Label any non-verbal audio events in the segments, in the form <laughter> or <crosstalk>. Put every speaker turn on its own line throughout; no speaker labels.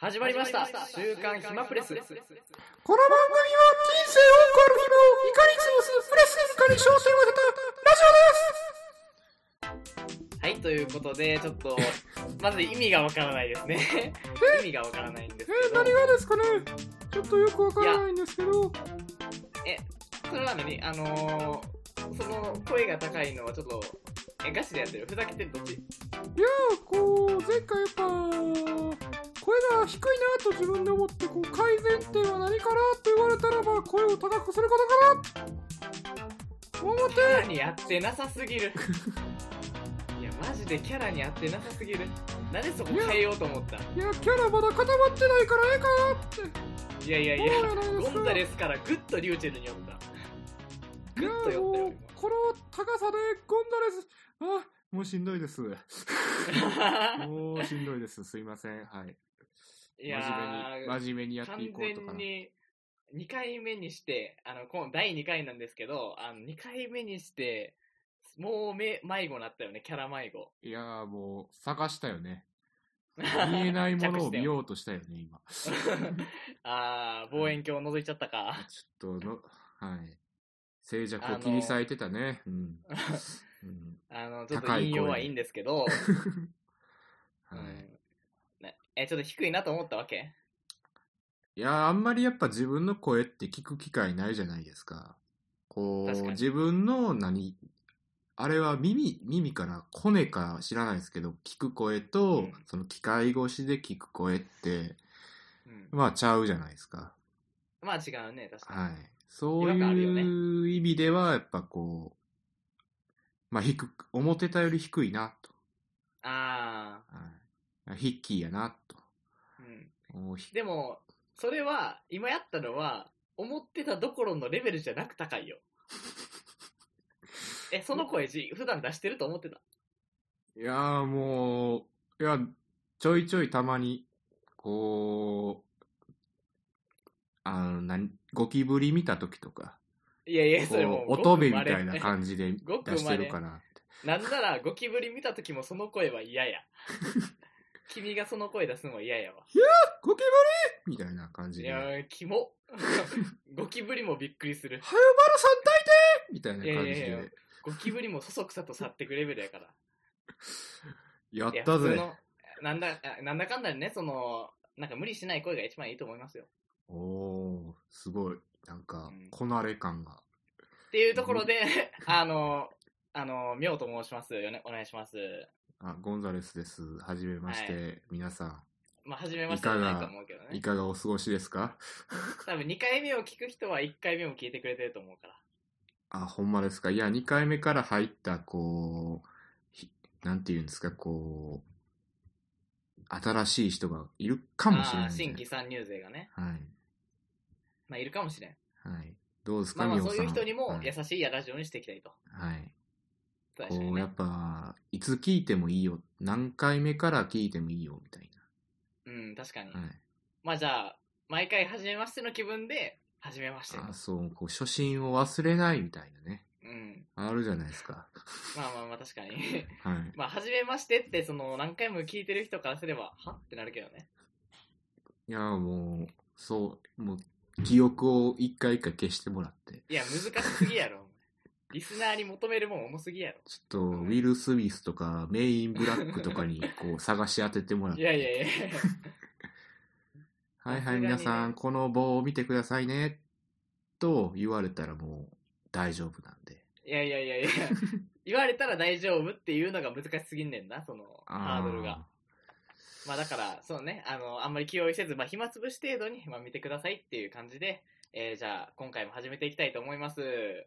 始まりました週刊暇プレス
この番組は人生を変える日々をいかに過ごすプレスにかに焦点を当てたラジ
はいということでちょっとまず意味がわからないですね意味がわからないんですけ
オですえー、何
ど
がですかねちょっとよくわからないんですけど、
それなのにあのー、その声が高いのはちょっとえガチでやってるふざけてるどっち
いやー、こう、前回やっぱ、声が低いなと自分で思って、こう、改善点は何かなと言われたら、まあ、声を高くすることかな思って、
キャラに合ってなさすぎ <laughs> るいやマジでキャラに合ってなさすぎるなんでそこ変えようと思った
いや、キャラまだ固まってないからええかなって、
いやいやいや
そうなんですよ
ゴンザレスからグッとリューチェルに寄った
い
グ
や
ッと寄った
も
よ
うこの高さでゴンザレスあもうしんどいです
今 <laughs>
もうしんどいですすいませんはい
いや
真面目に
ー
真面目にやって
完
いこうと
全
かな
に2回目にしてあのこの第2回なんですけどあの2回目にしてもうめ迷子になったよねキャラ迷子
いやーもう探したよね見えないものを見ようとしたよね今ちょ
ああ望遠鏡を覗いちゃったか
っとのはい静寂を切り裂いてたね、うん、うん
あのちょっと
高い声
引用はいいんですけど、
はい
うんなえちょっと低いなと思ったわけ
いやーあんまりやっぱ自分の声って聞く機会ないじゃないですか。こ
確か
う、
に
自分の何、あれは耳、耳から、コネか知らないですけど、聞く声と、
うん
その機械越しで聞く声って、
うん
まあちゃうじゃないですか。
まあ違うね確かに、
はい。そう
違和感あるよ
いう意味では、やっぱこう、まあ低く、思ってたより低いなと。
ああ
はい。ヒッキーやなと。
うん
おひ
でもそれは今やったのは思ってたどころのレベルじゃなく高
<laughs>
いよえその声じ普段出してると思ってた
いやーもう、いや、ちょいちょいたまに、こう、あの、何、ゴキブリ見た時とか、
いやいや、それ
こ
も
う、
う。
乙女みたいな感じで
<laughs> ごく生
出して
まれ
るから。
じ。なんなら、ゴキブリ見た時もその声は嫌
<laughs>
や。君がその声出すのは嫌やわ。
ゴキブリみたいな感じ
い
で。
や
はよ
ー、キモ。 <laughs> ゴキブリもびっくりする。
ばるさん抱いてみたいな感じ
いやいやい
で。
ゴキブリもそそくさと去ってくレベルやから。
やっ
いや
た
普通
ぜ。
のなんだ、あなんだかんだでね、その、なんか無理しない声が一番いいと思いますよ。
おおーすごい。なんか
うん、
こなれ感が。
っていうところで、あの、あの、みょうと申しますよね。お願いします。
あ、ゴンザレスです。はじめまして、
は
皆さ
まあ、初めましてじゃないと思うけど
ん、い
ね。
かがお過ごしですか
多分2回目を聞く人は1回目も聞いてくれてると思うから。
あ、ほんまですか。いや、2回目から入った、こう、ひなんていうんですか、こう、新しい人がいるかもしれ
あ
な
ー
い、
新規参入勢がね。
はい。
まあ、いるかもしれん。
はい。どうですか、
まあまあ、
ミホ
そう
さん
いう人にも
はい
優しいやラジオにしていきたいと。
はい。
確か
こ
に
う、や
ね。
っぱ、いつ聞いてもいいよ。何回目から聞いてもいいよ、みたい
うん、確かに。
な。はい。
まあじゃあ、毎回初めましての気分で、初めましてと。
あそう、こう、初心を忘れないみたいなね。
うん。
あるじゃないですか。
まあまあまあ、確かに。 <laughs>
はい。
まあ、初めましてって、その、何回も聞いてる人からすれば、はってなるけどね。
いや、もう、そう、もう、記憶を一回一回消してもらって。
いや、難しすぎ
<laughs>
やろ。お前リスナーに求めるもん重すぎやろ。
ちょっと、ウィル・スミスとか、メイン・ブラックとかに、こう、探し当ててもらっ
い
て。
やいやいや。
はい
さすが
はい、
にね
皆さん、この棒を見てくださいね。と言われたらもう、大丈夫なんで。
いやいやいやいや。言われたら大丈夫っていうのが難しすぎんねんな、その、ハードルが。まあだから、そうね、あの、あんまり気負いせず、まあ暇つぶし程度に、まあ見てくださいっていう感じで、えーじゃあ、今回も始めていきたいと思います。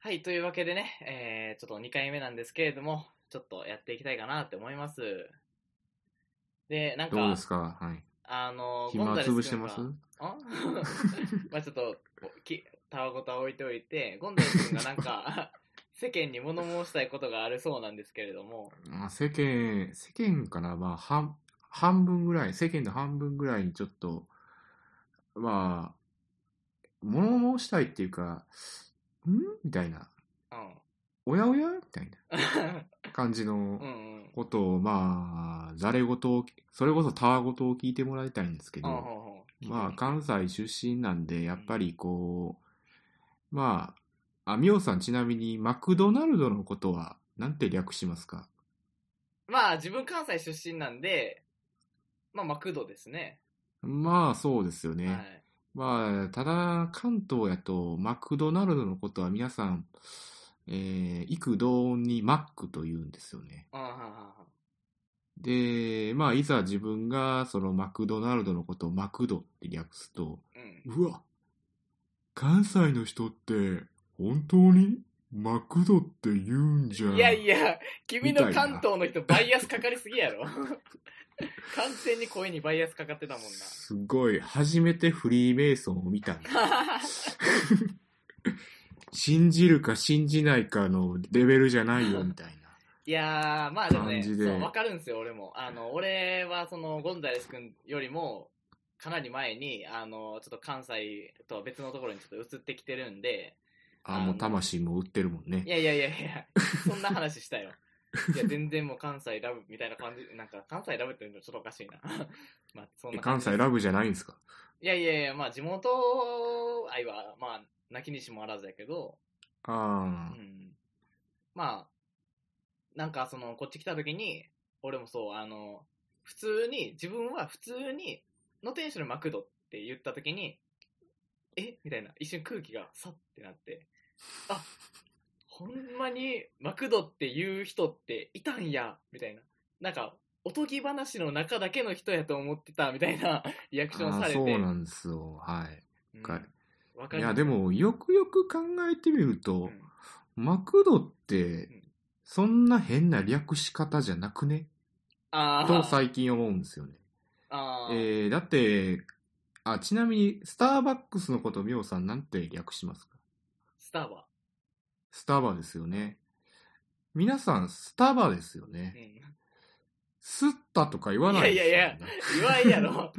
はい、というわけでね、えーちょっと2回目なんですけれども、ちょっとやっていきたいかなって思います。で、なん
あー。どう
か
で、すかはい。
あの、ゴン
暇
ザレス君
潰してます
があ <laughs> まあちょっときたわごとは置いておいてゴンドウ君がなんか <laughs> 世間に物申したいことがあるそうなんですけれども
まあ世間、世間かなまあ、半、半分ぐらい、世間の半分ぐらいにちょっと、まあ、物申したいっていうか、んみたいな。
うん <laughs>
おやおやみたいな感じの
うんうん。
ことを、まあ、ざれ事を、それこそたわごとを聞いてもらいたいんですけ
ああ、
ど、
ほうほう
まあ、関西出身なんで、やっぱりこう、まあ、あ、みおさんちなみに、マクドナルドのことは、なんて略しますか
まあ、自分関西出身なんで、まあ、マクドですね。
まあ、そうですよ
は
ね。
い。
まあ、ただ、関東やと、マクドナルドのことは皆さん、えー、幾度にマックと言うんですよね。
うん、はんはんはん
で、まあ、いざ自分が、そのマクドナルドのことをマクドって略すと、
うん。
うわ、関西の人って、本当にマクドって言うんじゃん。
いやいや、君の
みたい
関
な
東の人、バイアスかかりすぎやろ。 <laughs> 完全に声にバイアスかかってたもん
すごい、初めてフリーメイソンを見た。
な。
信じるか信じないかのレベルじゃないよ、
<laughs>
みたいな。
いやー、まあでもね、
感じで
そう、わかるんですよ、俺も。あの、俺は、その、ゴンザレス君よりも、かなり前に、あの、ちょっと関西とは別のところにちょっと移ってきてるんで、
あ、もう魂も売ってるもんね
い。やいやいやいや、そんな話したよ。いや、全然もう関西ラブみたいな感じ、なんか関西ラブって言うのちょっとおかしいな。 <laughs> まあ、そん
え
な
関
感じ
西ラブじゃないんですか
いやいやいや、まあ地元愛は、まあ、泣きにしもあらずやけど、う
ああ、
ん。まあ、なんかその、こっち来た時に、俺もそう、あの、普通に、自分は普通に、の店主のマクドって言った時に、えみたいな、一瞬空気がさってなって、あ、ほんまにマクドって言う人っていたんや、みたいな。なんか、おとぎ話の中だけの人やと思ってた、みたいな <laughs> リアクション
あ
され
あ
て。
そうなんですよ。はい。
うん
か
わ
い
る
や、で、も、よくよく考えてみる
う
と、
ん
マクドっ
ん
て、そんな変な略し方じゃなくね
あー
と最近思うんですよね。
あ
え
ー、
ー、だって、あ、ちなみに、スターバックスのこと、みおさん、なんて略しますか
スターバ。
スタバですよね。皆さん、スタバですよ
う
ね。
ん
スッタとか言わないですよね
いやいやい言わんや
<laughs>
ろ。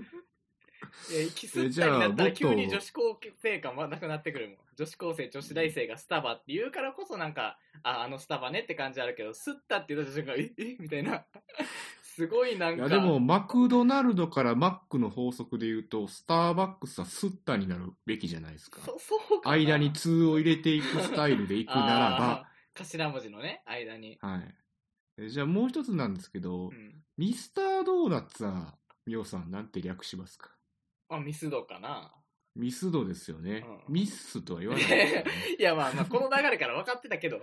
いや、息吸ったりなったら
えじゃあ
急
もっと
に女子高生感はなくなってくるもん。女子高生、女子大生がスタバって言うからこそなんか、あ、あのスタバねって感じあるけど、吸ったって言った瞬間、え、えみたいな。 <laughs> すごいなん
い
か。
やでも、マクドナルドからマックの法則で言うと、スターバックスはスッタになるべきじゃないですか。
そ、そうかな
間に2を入れていくスタイルでいくなら
あー頭文字のね、間に。
ば、はい。えじゃあもう一つなんですけど、
うん。
ミスタードーナツは、みおさん、なんて略しますか
まあ、ミスドかな。
ミスドですよね。
うん
ミッスとは言わないですよね。
<laughs> いやまあまあこの流れから分かってたけ
<laughs>
ど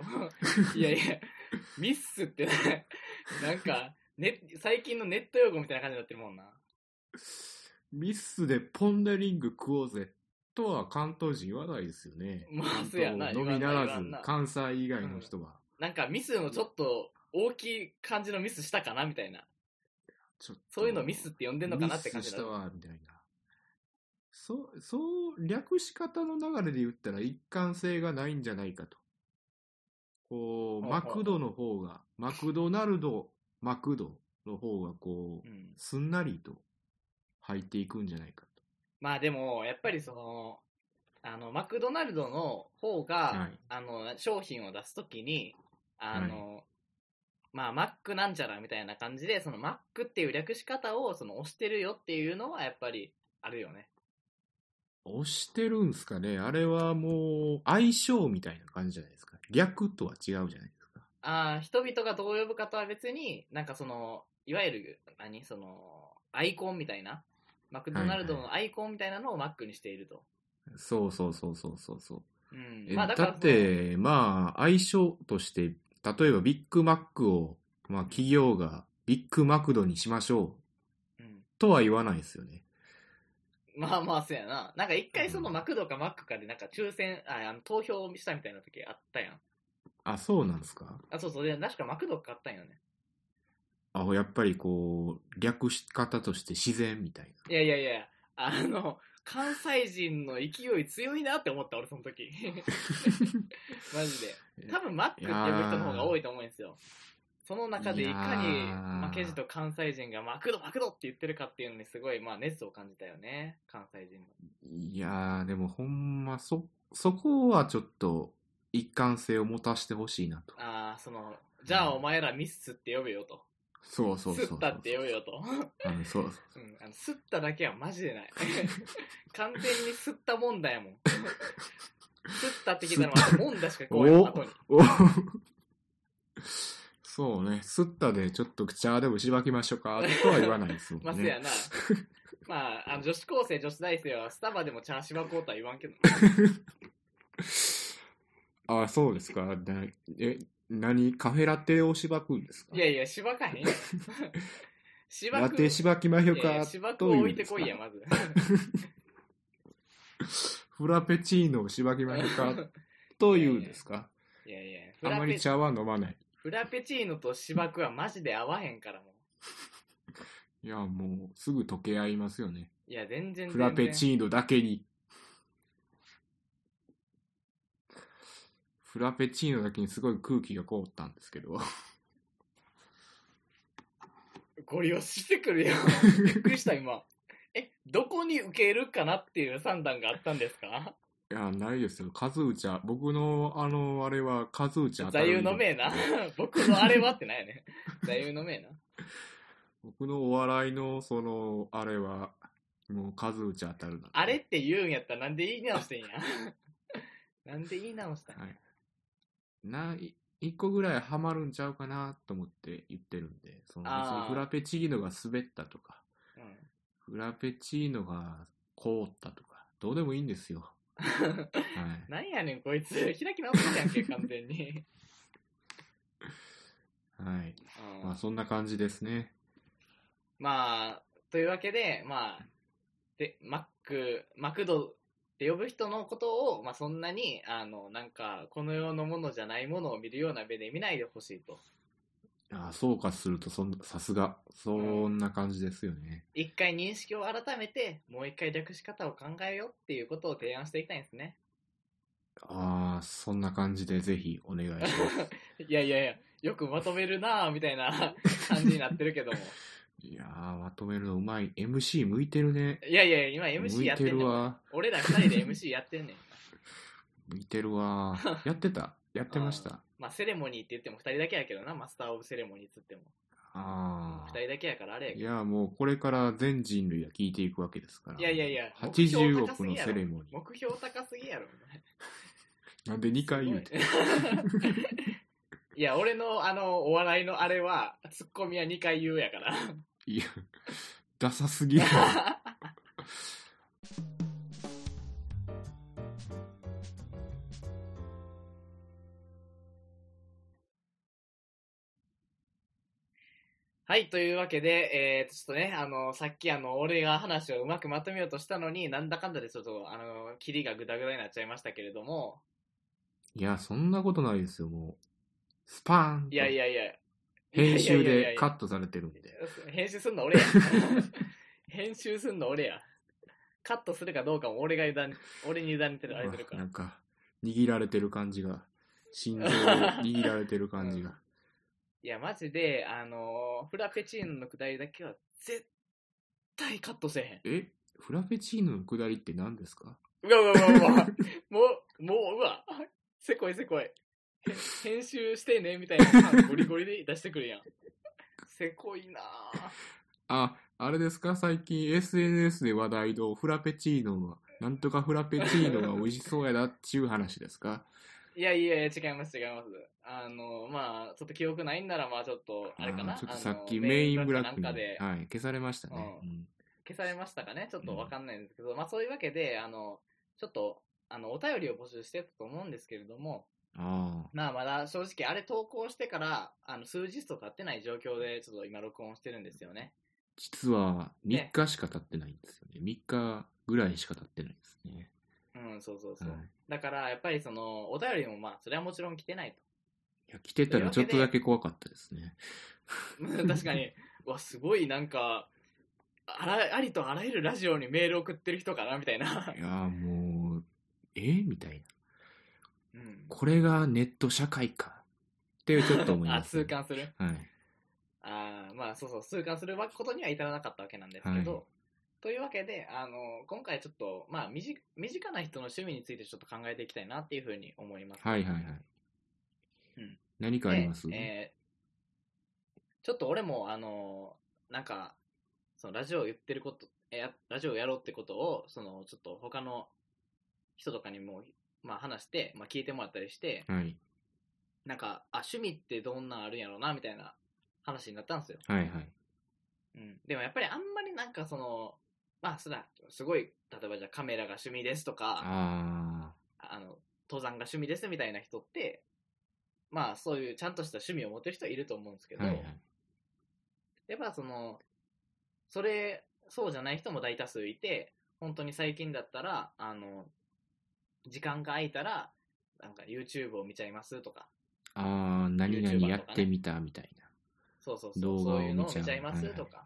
いやいやミッスってななんか、ね、最近のネット用語みたいな感じになってるもんな
ミッスでポンデリング食おうぜとは関東人言わないですよね。
まあ
関
そうやな
東のみな
言
ら
わんな言わ
ず
んな、
関西以外の人は。
なんかミスのちょっと大きい感じのミスしたかなみたいな
ちょっと
そういうのミスって呼んでんのかなって感じ
ミス
だ
したわみたいなそうそう略し方の流れで言ったら一貫性がないんじゃないかと
ほ
こう
うほう
マ
ほう
クドの方がマクドナルドマクドの方がこう
うん
すんなりと入っていくんじゃないか
まあでもやっぱりそのあのマクドナルドの方が、
と、はい、
あの商品を出すときにあの、まあマックなんちゃらみたいな感じでそのマックっていう略し方をその押してるよっていうのはやっぱりあるよね
押してるんすかねあれはもう相性みたいな感じじゃないですか略とは違うじゃないですか
ああ人々がどう呼ぶかとは別になんかそのいわゆる何そのアイコンみたいなマクドナルドのアイコンみたいなのをマックにしていると、
そうそうそうそうそうそう
うん
え
まあ
だ
だから
っ、て、まあ、相性として、例えばビッグマックを、まあ、企業がビッグマクドにしましょう
うん、
とは言わないですよね。
まあまあそうやななんか一回そのマクドかマックかでなんか抽選ああの投票したみたいな時あったやん
あ、そうなんですか
あそうそうで確かマクド買ったんよね
あ、やっぱりこう、略し方として自然みたい
いやいやいや、あの、関西人の勢い強いなって思った、俺その時。 <laughs> マジで。多分マックって呼ぶ人の方が多いと思うんですよ。その中でいか
い
に
やー
負けじと関西人がマクドマクドって言ってるかっていうのにすごい、まあ熱を感じたよね、関西人の。
な。いやー、でもほんま、そ、そこはちょっと、一貫性を持たしてほしいなと。
ああ、その、じゃあお前らミスって呼べよと。
そうそうそうそう。
スッタって呼べよ
<laughs>
と。
うんそうそ
う
う
ん、あのスッタだけはマジでない。完全にスッタ問題やもん。スッタって聞いたのは、もんだしかこうやった後に。
おそうね、すったでちょっと口あでもしばきましょうかとは言わないですも
<laughs> まあ、
ん
せや
ね。
な。まあ、あの女子高生、女子大生はスタバでもチャーシバコータ言わんけど。
あそうですか。なえ、何カフェラテをしばくんですか
いやいや、しばかへん
<laughs>
よ。しば
ラ
く。
テしばきましょう
いやいや
か
しばく
と
を
い
置
う
い
んで
て
すか
こいや、まず。 <laughs>
フラペチーノをしばきましょ
<laughs>
うかというんですか
いやいや、フ
あ
ラ
まり
ペ
茶は飲まない。
フラペチーノと芝生はマジで合わへんからも
いや、もうすぐ溶け合いますよね。
う。いや、全然全然。
フラペチーノだけに。フラペチーノだけにすごい空気が凍ったんですけど。
ご利用してく
<laughs>
るよ。びっくりした、今。え、どこに受けるかなっていう算段があったんですか
いや、ないですよ。数打ちは、僕の、あの、あれは、数打ち当た
座
る
右の銘
<laughs>
な。僕のあれはってないね。座右の銘な。
僕のお笑いの、その、あれは、もう数打ち当たるな。
あれって言うんやったらなんで言い直してんや。 <laughs> なんで言い直したん
はい。ない、一個ぐらいハマるんちゃうかなと思って言ってるんで、その、別
あー
にフラペチーノが滑ったとか、
うん。
フラペチーノが凍ったとか、どうでもいいんで
<laughs>
すよ。はい。
なんやねん、こいつ。開き直ったじゃんけ、完全に。
はい。
うん
まあ、そんな感じですね。
まあ、というわけで、まあ、で、マック、マクドって呼ぶ人のことを、まあそんなに、あの、なんか、この世のものじゃないものを見るような目で見ないでほしいと。
あー総括するとそん、さすが、そんな感じですよね。
一回認識を改めて、もう一回略し方を考えようっていうことを提案していきたいんですね。
ああ、そんな感じでぜひお願いし
<laughs>
ます。
いやいやいや、よくまとめるなぁ、みたい <laughs> な感じになってるけども。
いやー、まとめるのうまい。MC 向いてるね。
いやいやいや、今
向
MC
い
やって
て
ん
る
ねん。
わ。
俺ら二人で MC やってんねん。
向いてるわ。
<laughs>
やってた。やってました。
まあセレモニーって言っても二人だけやけどな、マスターオブセレモニーっつっても。
あ
二人だけやからあれやけど
ー。いやー、もうこれから全人類が聞いていくわけですから。
いやいやいや
80億のセレモニー。
目標高すぎやろ、
なんで2
お
回言
前
うて。
<laughs> いや、俺のあの、お笑いのあれは、ツッコミは2回言うやから。
いや、 <laughs> ダサすぎる。
<laughs> はい、というわけで、えー、ちょっとね、あの、さっきあの、俺が話をうまくまとめようとしたのに、なんだかんだでちょっと、あの、キリがグダグダになっちゃいましたけれども、
いや、そんなことないですよ、もう。スパーンと
いやいやいや。
編集
いやいやいやい
で
や
カットされてるんで。
編集すんの俺や。 <laughs> 編集すんの俺や。カットするかどうかも俺が委ね、俺に委ねてる、あれてるから
うわな。んか、握られてる感じが。心臓を握られてる感 <laughs> じが。
いや、マジで、あのーフラペチーノのくだりだけは絶対カットせえ
えフラペチーノの下りって何ですか
へん。うわうわうわうわ。 <laughs> もう、もう、うわ。せこいせこい。へ編集してね、みたいな。ゴリゴリで出してくるやん。せこいなぁ。
あ、あれですか最近 SNS で話題のフラペチーノは、なんとかフラペチーノが美味しそうやなっていう話です <laughs> か
いやいやいや、違います違います。あのーまあ、ちょっと記憶ないんなら、まあちょっと、あれかな。
ーちょっと
あのー
さっきメインブラック
メ
に、
な
は
んかで
い、消されましたね。
う
うん
消されましたかねちょっとわかんないんですけど、まあそういうわけで、あの、ちょっと、あの、お便りを募集してたと思うんですけれども、
ああ、
まあまだ正直あれ投稿してから、あの、数日と経ってない状況で、ちょっと今録音してるんですよね。
実は3
ね
日しか経ってないんですよね。3日ぐらいしか経ってないですね。
うん、そうそう
は
そ。、
いう
だから、やっぱりその、お便りもまあ、それはもちろん来てない
いや来てたらちょっとだけ怖かったですね。
と。 <laughs> 確かに、うわ、すごいなんか、あら、ありとあらゆるラジオにメール送ってる人かなみたいな。 <laughs>
いやーもう、えみたいな。
うん。
これがネット社会か。ってちょっと思
<laughs>
い
あ、
ます、ね。
痛感する
はい。
あーまあそうそう痛感することには至らなかったわけなんですけど、というわけで、あの、今回ちょっと、まあ、身近身近な人の趣味についてちょっと考えていきたいなっていうふうに思います。
はいはいはい。
うん
何かあります
でえーちょっと俺も、あの、なんか、そのラジオ言ってること、えやラジオやろうってことを、その、ちょっと他の人とかにも、まあ話して、まあ聞いてもらったりして、
はい
なんか、あ、趣味ってどんなんあるんやろうな、みたいな話になったんですよ。
はいはい。
うん、でもやっぱりあんまりなんかそのまあそらすごい例えばじゃあカメラが趣味ですとか
あ
あの登山が趣味ですみたいな人ってまあそういうちゃんとした趣味を持ってる人はいると思うんですけ
あ。
ど、
はいはい。
やっぱそのそれそうじゃない人も大多数いて本当に最近だったらあの時間が空いたらなんか YouTube を見ちゃいますとか
ああ、何々
YouTuber
やってみたみたい
そうそうそう、
動画
そ
を
ういうのを
見ちゃう
見ちゃいますとか。
はい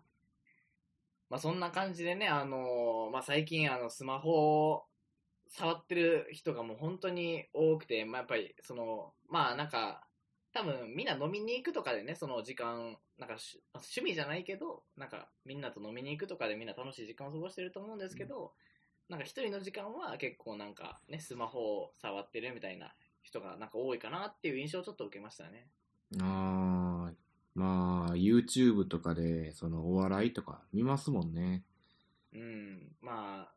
まあそんな感じでね、あのーまあ最近あのスマホを触ってる人がもう本当に多くて、まあやっぱりその、まあなんか、多分みんな飲みに行くとかでね、その時間、なんかし趣味じゃないけど、なんかみんなと飲みに行くとかでみんな楽しい時間を過ごしてると思うんですけど、なんか一人の時間は結構なんかね、スマホを触ってるみたいな人がなんか多いかなっていう印象をちょっと受けましたね。
な。ああ、まあ、YouTube とかで、そのお笑いとか見ますもんね。
うん、まあ、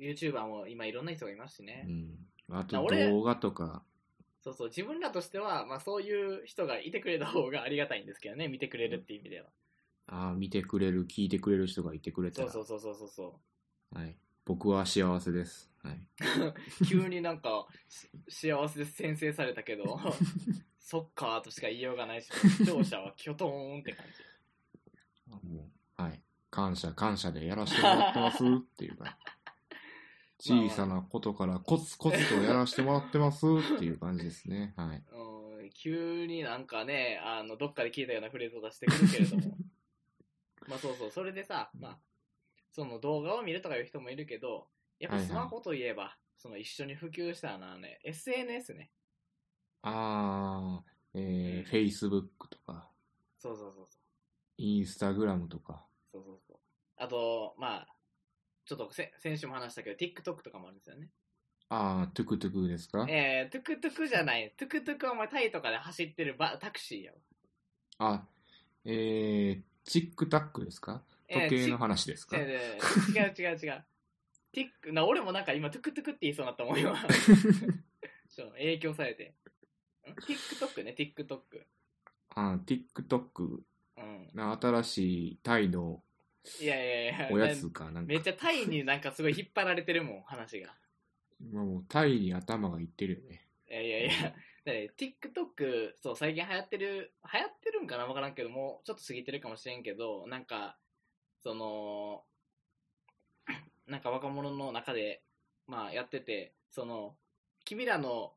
YouTuber も今いろんな人がいますし
う
ね。
ん。あと
あ俺
動画とか。
そうそう、自分らとしては、まあそういう人がいてくれた方がありがたいんですけどね、見てくれるっていう意味では。
ああ、見てくれる、聞いてくれる人がいてくれた
そう
ら。
そうそうそうそうそ
はい。僕は幸せです。はい。
う。急になんか、し幸せで先制されたけ
<laughs>
ど、そっかーとしか言いようがないし、視聴者はキョトーンって感じ。
もうはい。感謝、感謝でやらせてもらってますっ
<laughs>
ていうか。小さなことからコツコツとやらせてもらってますっていう感じですね。はい。
うん、急になんかね、あの、どっかで聞いたようなフレーズを出してくるけれ
<laughs>
ども。まあそうそう、それでさ、まあ、その動画を見るとかいう人もいるけど、やっぱスマホといえば、その一緒に普及したのはね、SNS ね。
あー、えー、Facebook とか、
そうそうそうそ
Instagram とか。
う。そうそうそう。あと、まあ、ちょっとせ先週も話したけど、TikTok とかもあるんですよね。
あー、トゥクトゥクですか
えー、トゥクトゥクじゃない。トゥクトゥクはお前タイとかで走ってるバタクシーやわ。
あ、えー、チックタックですか時計の話ですか、
違う違う違う違う。ティック、な、俺もなんか今、トゥクトゥクって言いそうになったもん、
<laughs>
今。そう影響されて。ん TikTok ね、TikTok。
あー、TikTok
うん。
の新しい態度
いやいやいや、
おやつかなん
な
か
めっちゃタイになんかすごい引っ張られてるもん、話が。
今もうタイに頭がいってるよね
いやいやいや、だね TikTok、そう、最近流行ってる、流行ってるんかなわからんけど、もうちょっと過ぎてるかもしれんけど、なんか、その、 <clears throat> なんか若者の中で、まあやってて、その、君らの、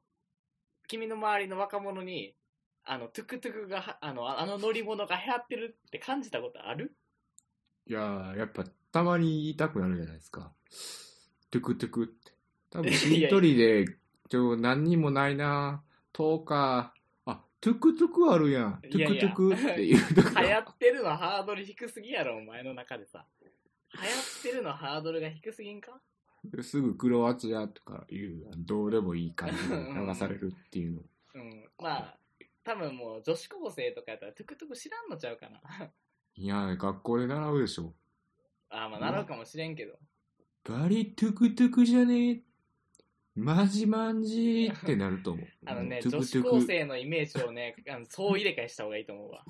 君の周りの若者に、あの、トゥクトゥクがは、あの、あの乗り物が流行ってるって感じたことある
いやーやっぱたまに言いたくなるじゃないですかトゥクトゥクって
<laughs>
多分しりとりでちょ何にもないな10日あトゥクトゥクあるやんト
いや
ゥ
い
クト
や
ゥクっていうと
流
か
行ってるのハードル低すぎやろ、お前の中でさ。流行ってるのハードルが低すぎんか
<laughs> すぐクロアチアとかいうどうでもいい感じで流されるっていうの
うん、まあ、多分もう女子高生とかやったら、トゥクトゥク知らんのちゃうかな。
いやー学校で習うでしょ
あーまあ、習うかもしれんけど。
バリトゥクトゥクじゃねえマジマンジーってなると思う
あのね、
トゥ
女
クト
子
ゥク
高生のイメージをね、 <laughs> あの総入れ替えした方がいいと思うわ。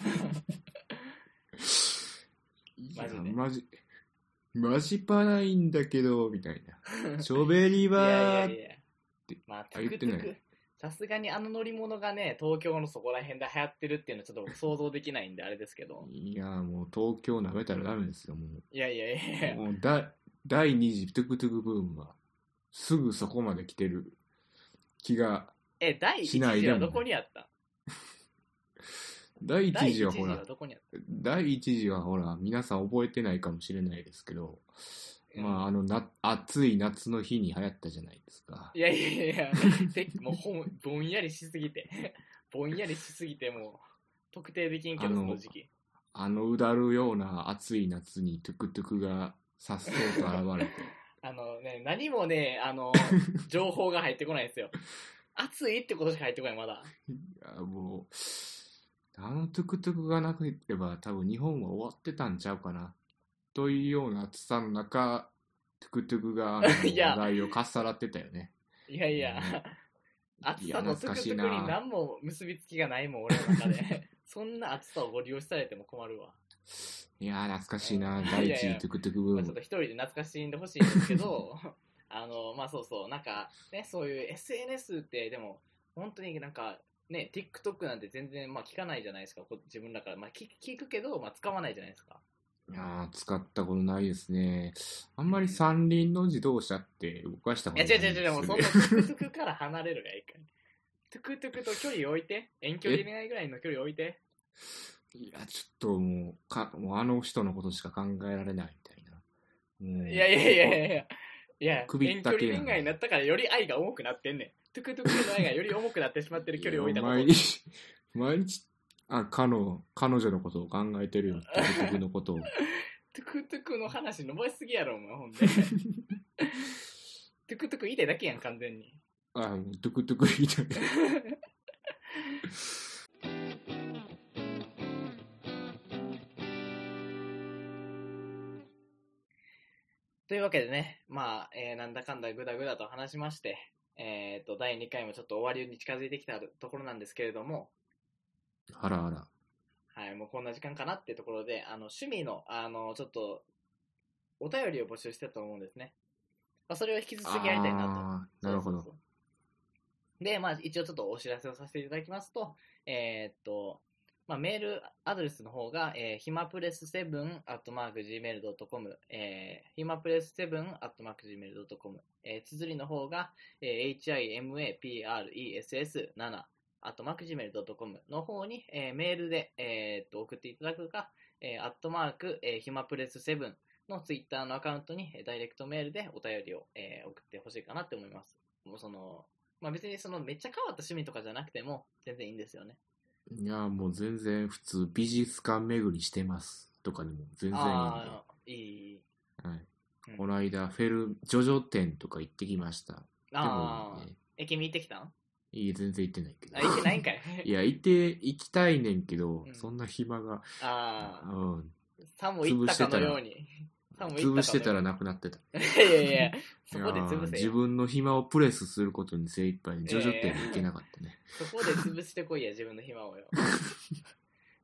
いや
マジで
マジ、マジパないんだけど、みたい
<laughs>
な。ショベリ
いや
バ
いや
ー
いや。まあ、ト
あ
ゥ
言っ
ク
て
ト
ない
ゥク。さすがにあの乗り物がね、東京のそこら辺で流行ってるっていうのはちょっと僕想像できないんで、あれですけど。
いや、もう東京舐めたらダメですよ、も。
いやいやいうやいや。
もうだ第二次トゥクトゥクブームは、すぐそこまで来てる気が、
え、第
しな
1
い
次は
でも
どこにあった
第一
第
次
1
は
次
ほ
は
ら、
どこにあっ
第一次はほら、皆さん覚えてないかもしれないですけど、
うん
まあ、あのな、暑い夏の日に流行ったじゃないですか
たい。やいやいやいや、てもうほんぼんやりしすぎて。 <laughs> ぼんやりしすぎて、もう、特定できんけ
あ
ど、
の
その時期。
あのうだるような暑い夏にトゥクトゥクがさっそうと現れて。
あのね、何もね、あ
<laughs>
の、情報が入ってこないんですよ。暑いってことしか入ってこない、まだ。
いや、もう、あのトゥクトゥクがなければ多分日本は終わってたんちゃうかな。というような暑さの中、トゥクトゥクがあの
<laughs> いや
話題をかっさらってたよね。
いやいや
ね、
暑
い
さ
や
の
懐
つく
か
つく
しい
に
な
何も結びつきがないもん、俺の中
<laughs>
で。そんな暑さをご利用されても困るわ。
いやー、懐かしい
<laughs>
な、
いや
第
いや
一トゥクトゥクブ
まあ、
ー
ちょっ
ム
と。一人で懐かしんでほしいんですけど、 <laughs> あの、まあそうそう、なんか、ね、そういう SNS って、でも、本当になんか、ね、TikTok なんて全然、まあ聞かないじゃないですか、こ自分だから。まあ聞聞くけど、まあ使わないじゃないですか。
いやー、使ったことないですね。あんまり三輪の自動車って動かしたこ
い
と
や
ない
違う
ん
違う
ですよ
違う、もうそん
ね
なトゥクトゥクから離れるがいいから。トゥクトゥクと距離を置いて、遠距離恋愛ぐらいの距離を置いて。
いや、ちょっともう、か、もうあの人のことしか考えられないみたいな。もう
いやいやいやいやいや。いや、
首
遠距
だ
離
けやん
恋愛になったからより愛が重くなってんねん。トゥクトゥクの愛がより重くなってしまってる距離を置いたこと。
毎日、毎日、あ、彼女、彼女のことを考えてるよ、トゥクトゥクのことを。 <laughs>
トゥクトゥクの話伸ばしすぎやろ、お前、
<laughs>
ほんで。トゥクトゥク言いたいだけやん、完全に。
あ、もうトゥクトゥクみたいな。
<laughs> というわけでね、まあ、えーなんだかんだぐだぐだと話しまして、えっ、と、第2回もちょっと終わりに近づいてきたところなんですけれども、
あらあら。
はい、もうこんな時間かなっていうところで、あの、趣味の、あの、ちょっと、お便りを募集してたと思うんですね。まあ、それを引き続きやりたいなと。
あーなるほ
そう
ど。
そうそうで、まあ、一応ちょっとお知らせをさせていただきますと、えーっと、まあ、メールアドレスの方が、えー、ひまプレス7 at mark gmail.com、えー、ひまプレス7 at mark gmail.com、えー、綴りの方が、えー、himapress7 at mark gmail.com の方に、えー、メールで、えーっと、送っていただくか、えー、at mark、えー、ひまプレス7のツイッターのアカウントにえーダイレクトメールでお便りを、えー送ってほしいかなって思います。もうその、まあ別にそのめっちゃ変わった趣味とかじゃなくても全然いいんですよね。
いや、もう全然普通、美術館巡りしてますとかでも全然いいんで。
ああ、いい。
はい
うん。
この間、フェル、ジョジョ展とか行ってきました。で
あ
も
あ
いい、ね。
え、君行ってきたん
いい、全然行ってないけ <laughs> ど。
あ、行ってないんかい。
いや、行って、行きたいねんけど、
うん
そんな暇が、
ああ、
うん。
さも行ったかのように。さも行
潰
っ
して
たか
た
の
ら
ように。
なくなってた。 <laughs>
いやいやいや、そこで
いやー
潰せ
自
よ。
分の暇をプレスすることに精一杯で、徐々
え
点
え
に行けなかったね。
そこで潰してこい
<laughs>
や、自分の暇をよ。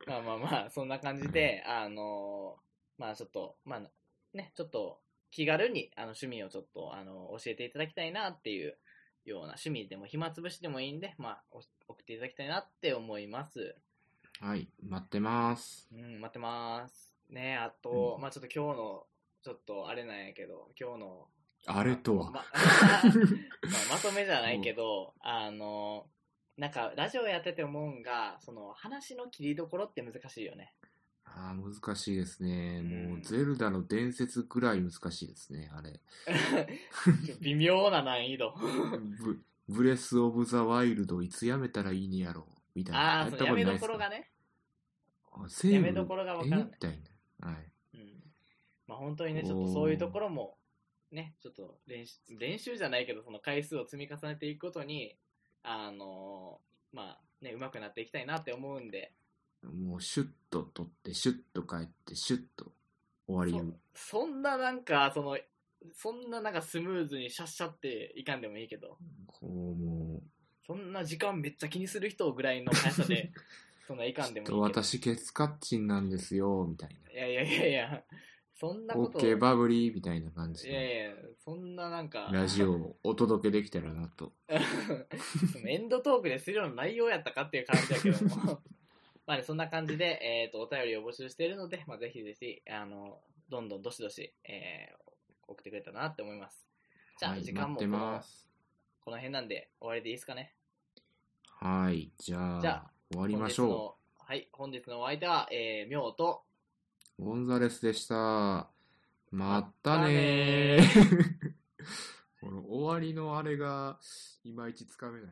まあまあまあ、そんな感じで、あのーまあちょっと、まあね、ちょっと気軽にあの趣味をちょっと、あの教えていただきたいなっていうような趣味でも暇つぶしでもいいんで、まあお送っていただきたいなって思います。
はい、待ってます。
うん、待ってます。ね、あと、
うん
まあちょっと今日の、ちょっとあれなんやけど、今日の
あれとは。
ままあま <laughs> とめじゃないけど、あの、なんか、ラジオやってて思うんが、その、話の切りどころって難しいよね。
<laughs> あー難しいですね。も
う
う、
ん
ゼルダの伝説ぐらい難しいですね、あれ。 <laughs>
ちょ微妙な難易度。
ブブレス・オブ・ザ・ワイルド、いつやめたらいいんやろう、みたいな。
あ
や
あ、
っ
そ
た
のや
こと
め
ない
ど
です
ころ
か
がね。
あセーブ
やめどころがわからな
え
い
み。たいな。は
う
い。
ん。まあ本当にね、ちょっとそういうところも、ね、ちょっと練習、練習じゃないけど、その回数を積み重ねていくことに、あのまあね、上手くなっていきたいなって思うんで、
もうシュッと取って、シュッと帰って、シュッと終わりを。
そんななんか、その、そんななんかスムーズにシャッシャっていかんでもいいけど、
こうも
そんな時間めっちゃ気にする人ぐらいの速さ
<laughs>
で、そんないかんで
う、
もいいけ
と
ど。
私ケツカッチンなんですよ、みたい
いやいやいやいや、そんな
な。
こ
オッ
と。
ケーバブリーみたいな感じ
いや
で、
いや、そんななんか。
ラジオをお届けできたらなと。
そのエンドトークでするような内容やったかっていう感じだけども。 <laughs> まあね、そんな感じで、えっ、と、お便りを募集しているので、まあ、ぜひぜひ、あの、どんどんどしどし、えー送ってくれたらなって思います。じゃあ、
はい、
時間もこ
待って
の
ます。
この辺なんで終わりでいいですかね。
はい、じゃあ、
じゃあ
終わりましょ
う。はい、本日のお相手は、えー、みょうと、
う。ゴンザレスでした。まった
ま
ね
った
ー。 <laughs> この終わりのあれが、いまいちつかめない。